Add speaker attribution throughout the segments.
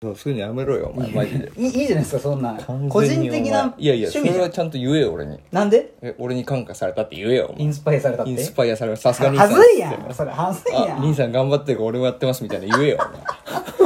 Speaker 1: そうそういうのやめろよお前マジで
Speaker 2: いいいじゃないですかそんなん
Speaker 1: 完全に
Speaker 2: 個人的な
Speaker 1: お前いやい
Speaker 2: 趣
Speaker 1: やそ
Speaker 2: 味じゃん
Speaker 1: れはちゃんと言えよ俺に
Speaker 2: なんで
Speaker 1: え俺に感化されたって言えよお
Speaker 2: イ
Speaker 1: 前
Speaker 2: ンスパイアされたって
Speaker 1: インスパイアされたさすがに
Speaker 2: はずいやんそれはずいや
Speaker 1: あ兄
Speaker 2: ん
Speaker 1: さん頑張ってるから俺もやってますみたいな言えよ
Speaker 2: はずい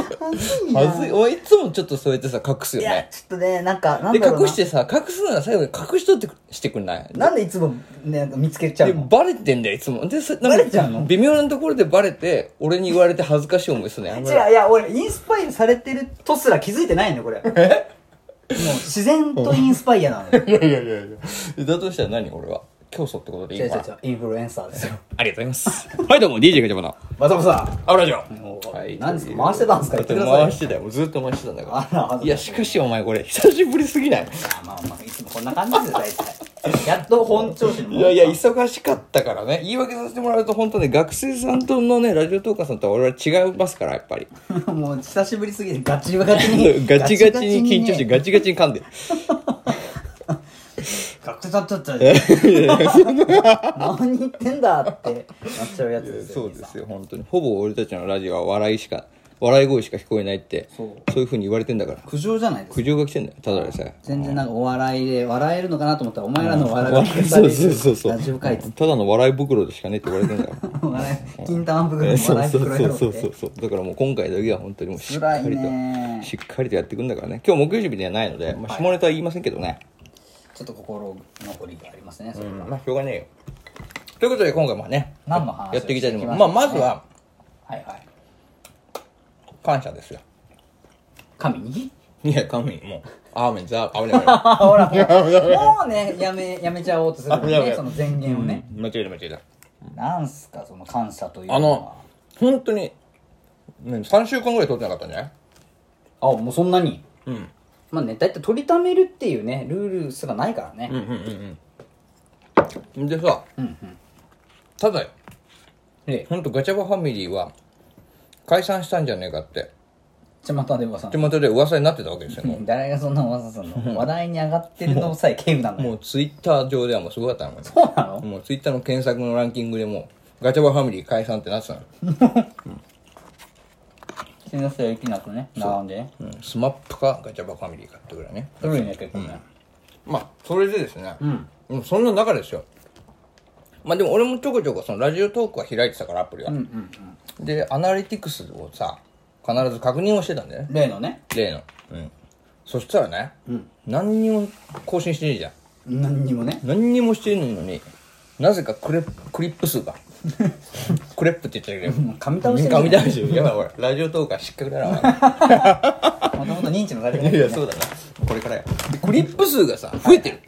Speaker 1: お前
Speaker 2: やん
Speaker 1: はずいお前いつもちょっとそうやってさ隠す
Speaker 2: い
Speaker 1: よ
Speaker 2: や
Speaker 1: ね
Speaker 2: ちょっとねなんかなん
Speaker 1: で
Speaker 2: だろうな
Speaker 1: 隠してさ隠すなら最後に隠しとってくしてくんない
Speaker 2: なんでいつもね見つけちゃ
Speaker 1: で
Speaker 2: うの
Speaker 1: バレてんだよいつもでそなんか
Speaker 2: バレちゃうの
Speaker 1: 微妙なところでバレて俺に言われて恥ずかしい思いするのやめろ
Speaker 2: 違ういや俺インスパイアされてるとすら気づいてないのこれもう自然とインスパイアなの
Speaker 1: いやいやいやいやだとしたら何俺は教祖ってことでいい
Speaker 2: 違う違
Speaker 1: のか
Speaker 2: う
Speaker 1: な
Speaker 2: 違うインフルエンサーですよ
Speaker 1: ありがとうございますはいどうも DJ ガチャバの
Speaker 2: バタコさ
Speaker 1: アブラジオ
Speaker 2: んもう
Speaker 1: はい
Speaker 2: 何ですか回してたんですか言ってください
Speaker 1: 回してたよずっと回してたんだ
Speaker 2: あら
Speaker 1: か
Speaker 2: 恥ずからし
Speaker 1: い
Speaker 2: い
Speaker 1: やしかしお前これ久しぶりすぎない
Speaker 2: あまあまあいつもこんな感じですよ大体やっと本調子に
Speaker 1: いやいや
Speaker 2: 戻っ
Speaker 1: 忙しかったからね言い訳させてもらうと本当ね学生さんとのねラジオトーカーさんとは俺は違いますからやっぱり
Speaker 2: た もう久しぶりすぎてガチガチ に
Speaker 1: ガチガチに緊張して
Speaker 2: ね
Speaker 1: ガチガチに噛んでる
Speaker 2: ガクタッタッタ 何言ってんだってなっちゃうやつですよ
Speaker 1: そうですよ本当にほぼ俺たちのラジオは笑いしか笑い声しか聞こえないって
Speaker 2: そう
Speaker 1: そういうふうに言われてんだから
Speaker 2: 苦情じゃないですか
Speaker 1: 苦情が来てんだよただでさえ
Speaker 2: 全然なんかお笑いで笑えるのかなと思ったらお前らの笑いが
Speaker 1: 笑いそうそうそうそう
Speaker 2: ラジオ会って
Speaker 1: ただの笑い袋でしかねえって言われてんだから
Speaker 2: 笑い金玉袋の
Speaker 1: そう
Speaker 2: 笑い
Speaker 1: そう
Speaker 2: 袋
Speaker 1: そ
Speaker 2: や
Speaker 1: う
Speaker 2: ろ
Speaker 1: そううそ
Speaker 2: って
Speaker 1: うそうだからもう今回だけは本当にもうしっか
Speaker 2: 辛い
Speaker 1: りと、
Speaker 2: ね
Speaker 1: しっかりとやっていくんだからね今日木曜日ではないので、まあ、下ネタは言いませんけどね、
Speaker 2: ちょっと心残りがありますねそれ
Speaker 1: うん
Speaker 2: は
Speaker 1: まあしょうがねえよということで今回まあね
Speaker 2: 何の話を
Speaker 1: やっていきたいと思います
Speaker 2: して
Speaker 1: ま
Speaker 2: い
Speaker 1: あ
Speaker 2: きま
Speaker 1: まず
Speaker 2: しょう
Speaker 1: は
Speaker 2: はいはい
Speaker 1: 感謝ですよ
Speaker 2: 神に
Speaker 1: いや神もうアーメンザアーメン
Speaker 2: あほらほらもうねやめやめちゃおうとするの
Speaker 1: あやめ
Speaker 2: ねその前言をね
Speaker 1: 間違えた間違えた
Speaker 2: なんすかその感謝という
Speaker 1: あ
Speaker 2: は
Speaker 1: の、本当に、ね、3週間ぐらい撮ってなかったんじゃない
Speaker 2: あもうそんなに
Speaker 1: うん。
Speaker 2: まあねだいたい取りためるっていうねルールすらないからね
Speaker 1: うんうんうんうん。でさ、
Speaker 2: うん
Speaker 1: ただよ、
Speaker 2: うんええ
Speaker 1: ほんとガチャバファミリーは解散したんじゃねえかって、
Speaker 2: ちまたでばさん
Speaker 1: 手元で噂になってたわけですよ。も
Speaker 2: 誰がそんな噂すんの話題に上がってるのさえ警部なん
Speaker 1: う
Speaker 2: だよ
Speaker 1: もうツイッター上ではもうすごかったのよ
Speaker 2: そうなの
Speaker 1: もうツイッターの検索のランキングでもう、ガチャバファミリー解散ってなってたのよ。
Speaker 2: 気のせいきなくね並んでね
Speaker 1: うん、スマップかガチャバファミリーかってぐらいね。
Speaker 2: 古いね結構ね
Speaker 1: まあ、それでですね、
Speaker 2: うん
Speaker 1: うん、そんな中ですよ。まあでも俺もちょこちょこそのラジオトークは開いてたから、アプリは。
Speaker 2: うんうん
Speaker 1: でアナリティクスをさ必ず確認をしてたんだよね
Speaker 2: うん例のね
Speaker 1: 例の、うん、そしたらね、
Speaker 2: うん
Speaker 1: 何にも更新してねえじゃん
Speaker 2: 何にもね
Speaker 1: 何にもしてねえのになぜかクレクリップ数 がクレップって言っちゃうけど
Speaker 2: 噛み倒して
Speaker 1: 噛み倒
Speaker 2: る
Speaker 1: してるやばい俺ラジオトークは失格だな
Speaker 2: もともと認知のされ
Speaker 1: お前
Speaker 2: て
Speaker 1: い
Speaker 2: る
Speaker 1: やそうだなこれからやでクリップ数がさ増えてる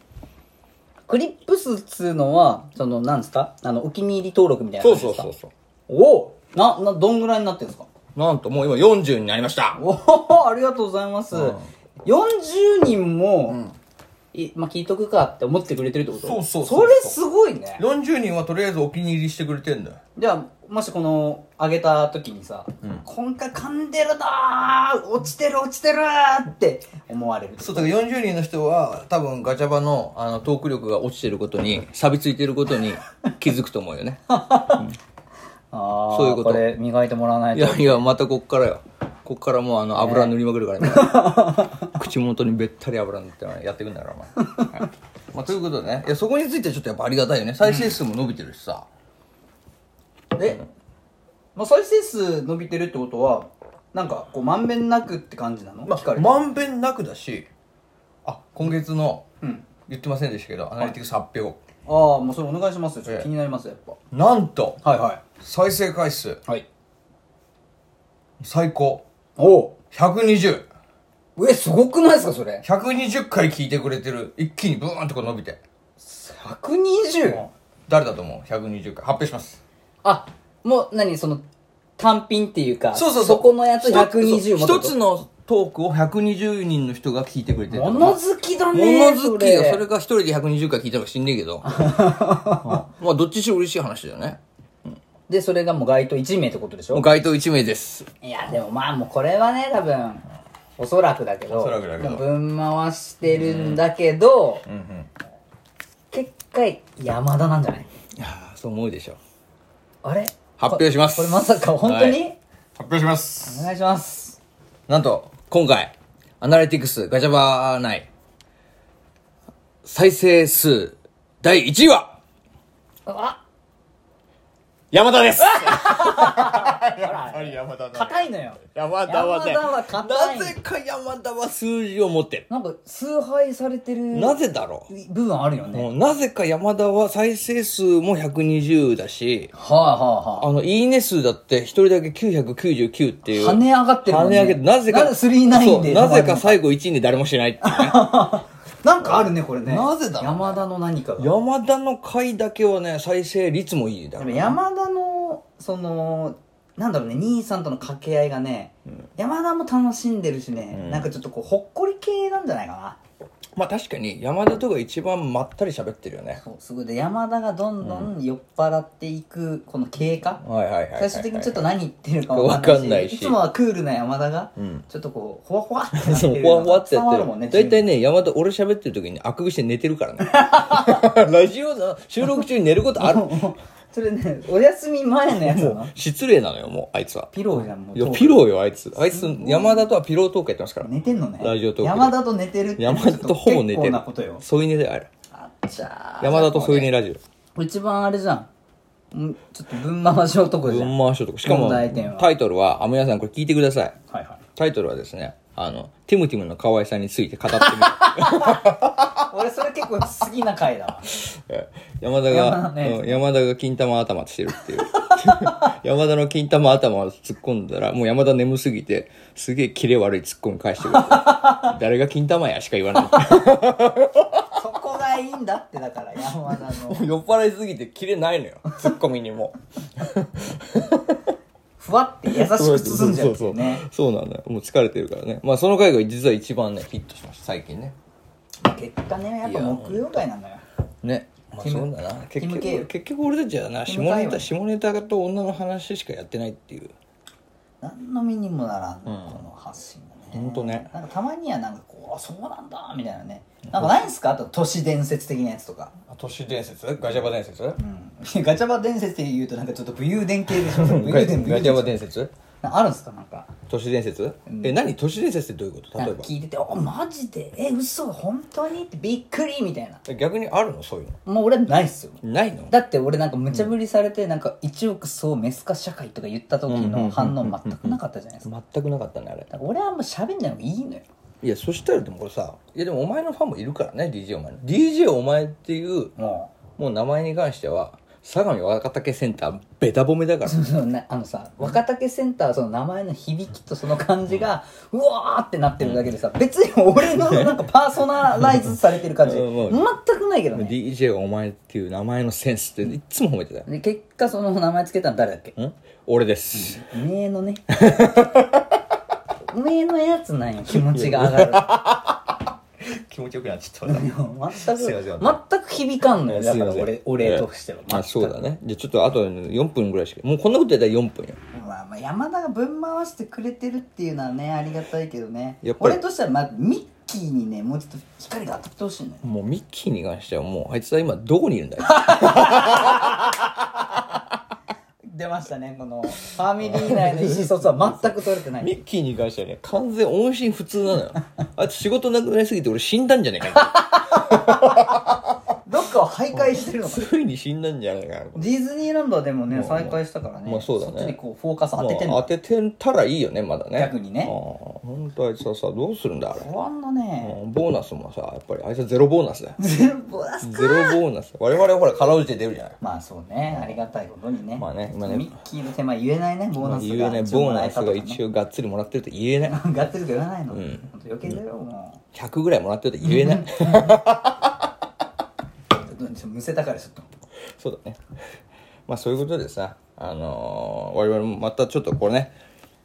Speaker 2: クリップスっつうのはそのなんですかあのお気に入り登録みたいな
Speaker 1: そ
Speaker 2: や
Speaker 1: う
Speaker 2: つで
Speaker 1: そう
Speaker 2: すか
Speaker 1: そうそう
Speaker 2: おおななどんぐらいになってるんですか
Speaker 1: なんともう今40になりました
Speaker 2: おおありがとうございます40人もいまあ聞いとくかって思ってくれてるってこと
Speaker 1: そうそうそうそう
Speaker 2: それすごいね
Speaker 1: 40人はとりあえずお気に入りしてくれてんだよ
Speaker 2: じゃあもしこの上げた時にさ、今回噛んでるだー落ちてる落ちてるーって思われる
Speaker 1: そうだから40人の人は多分ガチャバのあのトーク力が落ちてることに錆びついてることに気づくと思うよね
Speaker 2: ああ
Speaker 1: そういうこと
Speaker 2: これ磨いてもらわない
Speaker 1: い
Speaker 2: と
Speaker 1: やいやまたこっからよこっからもうあの油塗りまくるからね 口元にべったり油塗ってやってくんだからお前、はいまあ、ということでねいやそこについてはちょっとやっぱありがたいよね再生数も伸びてるしさ、
Speaker 2: え、まあ、再生数伸びてるってことはなんかこうまんべんなくって感じなの、聞かれて
Speaker 1: まんべんなくだしあ今月の
Speaker 2: うん
Speaker 1: 言ってませんでしたけどアナリティクス発表
Speaker 2: ああもうそれお願いしますよちょっ
Speaker 1: ええ
Speaker 2: と気になりますよやっ
Speaker 1: なんと
Speaker 2: ぱはいは
Speaker 1: 再生回数
Speaker 2: いはい
Speaker 1: 最高
Speaker 2: おお
Speaker 1: 120
Speaker 2: うえすごくないですかそれ
Speaker 1: 120回聞いてくれてる一気にブーンってこう伸びて
Speaker 2: 120?
Speaker 1: 誰だと思う120回発表します
Speaker 2: あもう何その単品っていうか
Speaker 1: そうそうそう
Speaker 2: このやつ
Speaker 1: 一
Speaker 2: 120
Speaker 1: つ
Speaker 2: もって
Speaker 1: 一
Speaker 2: こと
Speaker 1: つのトークを120人の人が聞いてくれてる
Speaker 2: 物好きだね
Speaker 1: 物好きよそれ
Speaker 2: れ
Speaker 1: が一人で120回聞いたのか知んねえけど、うんまあどっちにしろ嬉しい話だよね
Speaker 2: でそれがもう該当1名ってことでし
Speaker 1: もう
Speaker 2: ょ
Speaker 1: 該当1名です
Speaker 2: いやでもまあもうこれはね多分おそらくだけど
Speaker 1: おそらくだけど
Speaker 2: もう分回してるんだけど、
Speaker 1: うんうん
Speaker 2: 結果山田なんじゃない
Speaker 1: いやーそう思うでしょ
Speaker 2: あれ
Speaker 1: 発表します
Speaker 2: これこれまさか本当に、
Speaker 1: はい発表します
Speaker 2: お願いします
Speaker 1: なんと今回、アナリティクスガチャバー内、再生数第1位は、
Speaker 2: あ
Speaker 3: 山田です
Speaker 2: ほら
Speaker 3: 山田
Speaker 2: 硬いのよ
Speaker 3: 山田
Speaker 2: 山
Speaker 3: はね
Speaker 2: 田は硬い
Speaker 1: なぜか山田は数字を持ってる。
Speaker 2: なんか崇拝されてる
Speaker 1: なぜだろ
Speaker 2: 部分あるよ
Speaker 1: うも
Speaker 2: ね
Speaker 1: うなぜか山田は再生数も120だし、
Speaker 2: はいは
Speaker 1: あの、いいね数だって一人だけ999って
Speaker 2: い
Speaker 1: いう。
Speaker 2: はい跳ね上がってるも
Speaker 1: 跳
Speaker 2: ん
Speaker 1: ね
Speaker 2: ね
Speaker 1: 上げて、なぜか。
Speaker 2: なんで39で
Speaker 1: そうなぜか最後1位に誰もしないっていうね
Speaker 2: なんかあるねこれね
Speaker 1: なぜだろうね
Speaker 2: 山田の何かが
Speaker 1: 山田の回だけはね、再生率もいいだか
Speaker 2: でも
Speaker 1: ら。
Speaker 2: 山田のそのなんだろうね兄さんとの掛け合いがね、山田も楽しんでるしね、なんかちょっとこうほっこり系なんじゃないか
Speaker 1: まあ確かに山田とか一番まったり喋ってるよね
Speaker 2: な。そうすごいで山田がどんどん酔っ払っていくこの経過、
Speaker 1: はいはいはいはいはい。
Speaker 2: 最終的にちょっと何言ってるか
Speaker 1: わ
Speaker 2: わ
Speaker 1: か
Speaker 2: か
Speaker 1: ん
Speaker 2: ん
Speaker 1: な
Speaker 2: ないい
Speaker 1: し
Speaker 2: しいつもはクールな山田が、
Speaker 1: ん
Speaker 2: ちょっとこうほわほわってなってる
Speaker 1: そう、ふわふわってや
Speaker 2: 伝わ
Speaker 1: って
Speaker 2: るもんね
Speaker 1: る。大体ね、山田、俺喋ってる時にあくびして寝てるから ね。ラジオの収録中に寝ることある。も
Speaker 2: それねお休み前のやつなの
Speaker 1: う、失礼なのよ、もう、あいつは。
Speaker 2: ピローじゃんもう
Speaker 1: いや、ピローよ、あいつ。あいつ、山田とはピロートークやってますから。
Speaker 2: 寝てんのね
Speaker 1: ラジオトークで
Speaker 2: 山田と寝てるって
Speaker 1: 山田とほぼ寝て
Speaker 2: 結構
Speaker 1: る
Speaker 2: なことよ。
Speaker 1: 添い寝だよ、あれ。
Speaker 2: あっちゃー
Speaker 1: 山田と添い寝ラジオ。
Speaker 2: 一番あれじゃんんちょっと分回し男じゃん
Speaker 1: 文回しとか。しかも
Speaker 2: 問題点、は
Speaker 1: タイトルは、あ、皆さんこれ聞いてください。
Speaker 2: はいはい
Speaker 1: タイトルはですね、あの、ティムティムの可愛さについて語ってみ る。
Speaker 2: 俺それ結構好きな回だわ
Speaker 1: え山田
Speaker 2: 山
Speaker 1: が
Speaker 2: 田、ね
Speaker 1: うん山田が金玉頭してるっていう。 山田の金玉頭を突っ込んだら、もう山田眠すぎて、すげえキレ悪い突っ込み返してくる。 誰が金玉やしか言わない。
Speaker 2: そこがいいんだってだから山田 の
Speaker 1: 酔っ払いすぎてキレないのよ。突っ込みにも。
Speaker 2: ふわって優しく包んじゃ
Speaker 1: そ
Speaker 2: うっていう
Speaker 1: そうう
Speaker 2: ね
Speaker 1: そうなんだよ。もう疲れてるからね。まあその回が実は一番ね、ヒットしました、最近ね。
Speaker 2: 結果ねやっぱ木曜回なんだよ
Speaker 1: ね。まあ
Speaker 2: ティ
Speaker 1: そう
Speaker 2: ム
Speaker 1: だな。結
Speaker 2: ティムケイ
Speaker 1: 局、結局俺たちはな、
Speaker 2: ティ
Speaker 1: 下
Speaker 2: ムカイ
Speaker 1: ネ
Speaker 2: は
Speaker 1: タ、下ネタと女の話しかやってないっていう。
Speaker 2: 何の身にもならん、この発信がね
Speaker 1: ほんとね
Speaker 2: なんかたまにはなんかこうあそうなんだみたいなねなんかないんすかあと都市伝説的なやつとか
Speaker 1: 都市伝説ガジャバ伝説
Speaker 2: うんガチャバ伝説って言うとなんかちょっと武勇伝系でしょ武
Speaker 1: ガ
Speaker 2: 勇
Speaker 1: ジ
Speaker 2: 伝武勇伝
Speaker 1: ャバ伝説
Speaker 2: あるんすかなんか
Speaker 1: 都市伝説え、何都市伝説ってどういうこと
Speaker 2: な
Speaker 1: 例え
Speaker 2: んか聞いてて「おマジでえ嘘本当に?」ってびっくりみたいな
Speaker 1: ば。逆にあるのそういう
Speaker 2: もう俺ないっすよ
Speaker 1: の。ないの
Speaker 2: だって俺なんか無茶ぶりされて、なんか一億総メス化社会とか言った時の反応全くなかったじゃないですか
Speaker 1: 全くなかったね、あれ。
Speaker 2: だから俺はあんま喋んない方がいいのよ
Speaker 1: いや、そしたらでもこれさ、いやでもお前のファンもいるからね、DJ お前の。DJ お前っていう、
Speaker 2: も
Speaker 1: もう名前に関しては、相模若竹センター、ベタ褒めだから
Speaker 2: う。そのねあのさ若竹センターはその名前の響きとその感じがうわーってなってるだけでさ別に俺のなんかパーソナライズされてる感じ
Speaker 1: うんもう
Speaker 2: 全くないけどね
Speaker 1: DJ お前っていう名前のセンスっていつも褒めてたよ。
Speaker 2: で結果その名前つけたの誰だっけ
Speaker 1: ん俺です。
Speaker 2: おめえ のねおめえのやつなんよ気持ちが上が
Speaker 1: 気持ちよくなっちゃった。
Speaker 2: るいや全く
Speaker 1: すいません
Speaker 2: 全く響かんのよだから
Speaker 1: すいませ
Speaker 2: 俺
Speaker 1: ん
Speaker 2: 俺としては
Speaker 1: まあそうだ
Speaker 2: ね
Speaker 1: ね。じゃあちょっとあと4分ぐらいしか。もうこんなことやったら4分よ。
Speaker 2: まあ、まあ山田が分回してくれてるっていうのはねありがたいけどね
Speaker 1: やっぱり
Speaker 2: 俺としてはまあミッキーにねもうちょっと光が当たってほしいのよ
Speaker 1: もうミッキーに関してはもうあいつは今どこにいるんだよ。
Speaker 2: 出ましたねこのファミリー内の意思疎通は全く取れてない
Speaker 1: ミッキーに関してはね、完全音信不通なのよ。あいつ仕事なくなりすぎて俺死んだんじゃねえ か
Speaker 2: どっかを徘徊してるの
Speaker 1: な。
Speaker 2: かな
Speaker 1: ついに死んだんじゃないかな。
Speaker 2: ディズニーランドはでもね
Speaker 1: まあ
Speaker 2: 再開したからね
Speaker 1: まあそうだね
Speaker 2: そっちにこうフォーカス当ててん
Speaker 1: まあ
Speaker 2: の
Speaker 1: 当ててたらいいよね、まだね。
Speaker 2: 逆にね
Speaker 1: ああ、ほんとあいつはさ、どうするんだ、あれ。
Speaker 2: 不安だね
Speaker 1: うんボーナスもさ、やっぱりあいつはゼロボーナスだよ。
Speaker 2: 全部出す
Speaker 1: ゼロボーナス。我々はほら、かろうじて出るじゃない。
Speaker 2: まあそうね、ありがたいことにね。
Speaker 1: まあね今ね
Speaker 2: ミッキーの手前言えないね、ボーナスが。
Speaker 1: 言えない、ボーナスが一
Speaker 2: 応。
Speaker 1: 応がっつりもらってると言えない。
Speaker 2: がっつりと言わないの。うん、本当余計だよ、も
Speaker 1: 100ぐらいもらってると言えない。
Speaker 2: う。ちょっとむせたからちょっと。
Speaker 1: そうだね。まあそういうことでさ、あのー我々もまたちょっとこれね、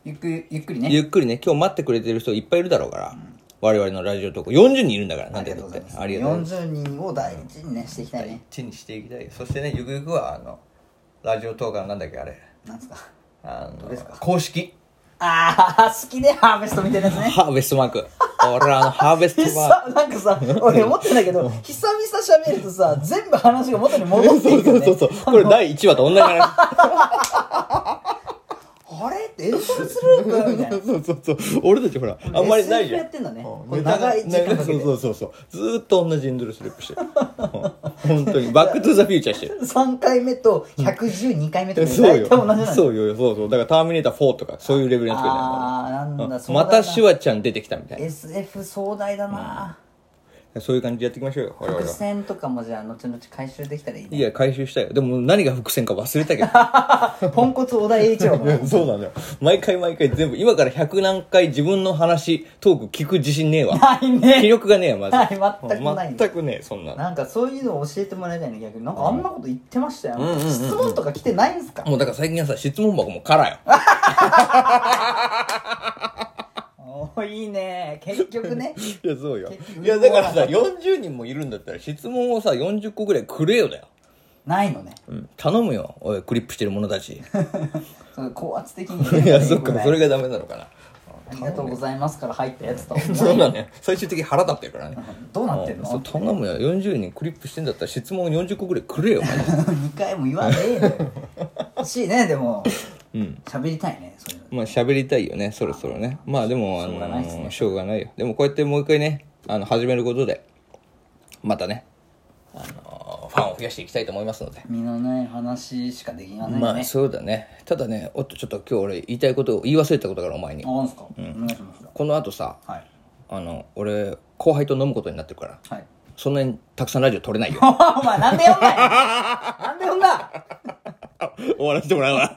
Speaker 2: ゆっくり、ゆっくりね。
Speaker 1: ゆっくりね、今日待ってくれてる人いっぱいいるだろうから、我々のラジオトーク40人いるんだから、な
Speaker 2: あ
Speaker 1: ん
Speaker 2: り
Speaker 1: て
Speaker 2: が
Speaker 1: 言
Speaker 2: と
Speaker 1: ったって
Speaker 2: うございます。
Speaker 1: ありがとうございます。
Speaker 2: 40人を第一にね、していきたいね。
Speaker 1: 一にしていきたいよ。そしてね、ゆくゆくは、あの、ラジオトークのなんだっけ、あれ。
Speaker 2: なんですか。
Speaker 1: あの
Speaker 2: ですか、
Speaker 1: 公式。
Speaker 2: ああ、好きね、ハーベストみたいなやつね。
Speaker 1: ハーベストマーク。俺あの、ハーベスト
Speaker 2: 久
Speaker 1: マー
Speaker 2: 々なんかさ、俺思ってんだけど、久々喋るとさ、全部話が元 に戻っていく
Speaker 1: ク。
Speaker 2: よね。
Speaker 1: そうそうそう。これ第1話と同じ話。
Speaker 2: あれって演出するのみたいな
Speaker 1: そうそうそう俺たちほらあんまりないじゃん
Speaker 2: やってんのねこ
Speaker 1: うん
Speaker 2: う長い時間か
Speaker 1: そう
Speaker 2: けて
Speaker 1: そうそうそうずーっと同じエンドレスループしてるうん本当にバック・トゥ・ザ・フューチャーしてる
Speaker 2: 3回目と112回 目とか
Speaker 1: そう
Speaker 2: 大
Speaker 1: よ
Speaker 2: 体同じなんだ
Speaker 1: そうよそうそうだから「ターミネーター4」とかそういうレベルの作りだよ
Speaker 2: ああなんだ
Speaker 1: うんまたシュワちゃん出てきたみたい
Speaker 2: SF 壮大だな
Speaker 1: なそういう感じでやっていきましょうよ我々
Speaker 2: 伏
Speaker 1: は
Speaker 2: 線とかもじゃあ後々回収できたらいい
Speaker 1: い
Speaker 2: ね
Speaker 1: や回収したよでも何が伏線か忘れたけど
Speaker 2: ポンコツ小田栄一郎 も
Speaker 1: そうなのよ毎回毎回全部今から100何回自分の話トーク聞く自信ねえわ
Speaker 2: ない
Speaker 1: 気
Speaker 2: ね
Speaker 1: 力がねえよまず
Speaker 2: はい全くない
Speaker 1: 全くねえそんなの
Speaker 2: なんかそういうの教えてもらいたいね逆になんかあんなこと言ってましたよ、
Speaker 1: んうんうんうん
Speaker 2: 質問とか来てないんすか、
Speaker 1: もうだから最近はさ質問箱も空 よ
Speaker 2: おーいいね結局 ね
Speaker 1: いやそうよ
Speaker 2: 結局
Speaker 1: いやだからさ40人もいるんだったら質問をさ40個ぐらいくれよだよ、
Speaker 2: ないのね
Speaker 1: うん、頼むよおいクリップしてる者た ち
Speaker 2: その高圧的に
Speaker 1: い
Speaker 2: ね
Speaker 1: やそっか
Speaker 2: ね
Speaker 1: それがダメなのかな
Speaker 2: ありがとうございますから入ったやつとは
Speaker 1: そうなのよ最終的に腹立ってるからね
Speaker 2: どうなってん
Speaker 1: う
Speaker 2: の
Speaker 1: んそう頼むよ40人クリップしてんだったら質問40個ぐらいくれよお前
Speaker 2: 2回も言わねえよ欲しいねでも
Speaker 1: うん
Speaker 2: 喋りたいねそういうの
Speaker 1: まあ喋りたいよねそろそろねまあでもあ
Speaker 2: しょうがないっすね
Speaker 1: のしょうがないよでもこうやってもう一回ねあの始めることでまたねあのファンを増やしていきたいと思いますので
Speaker 2: 身のない話しかできないね、
Speaker 1: まあそうだねただねおっとちょっと今日俺言いたいことを言い忘れたことからお前に
Speaker 2: あなんすか、お願いします
Speaker 1: このあとさ
Speaker 2: はい
Speaker 1: あの俺後輩と飲むことになってるから
Speaker 2: はい
Speaker 1: そんなにたくさんラジオ撮れないよ
Speaker 2: お前なんで呼んだよなんで呼んだ
Speaker 1: 終わらせてもらうわ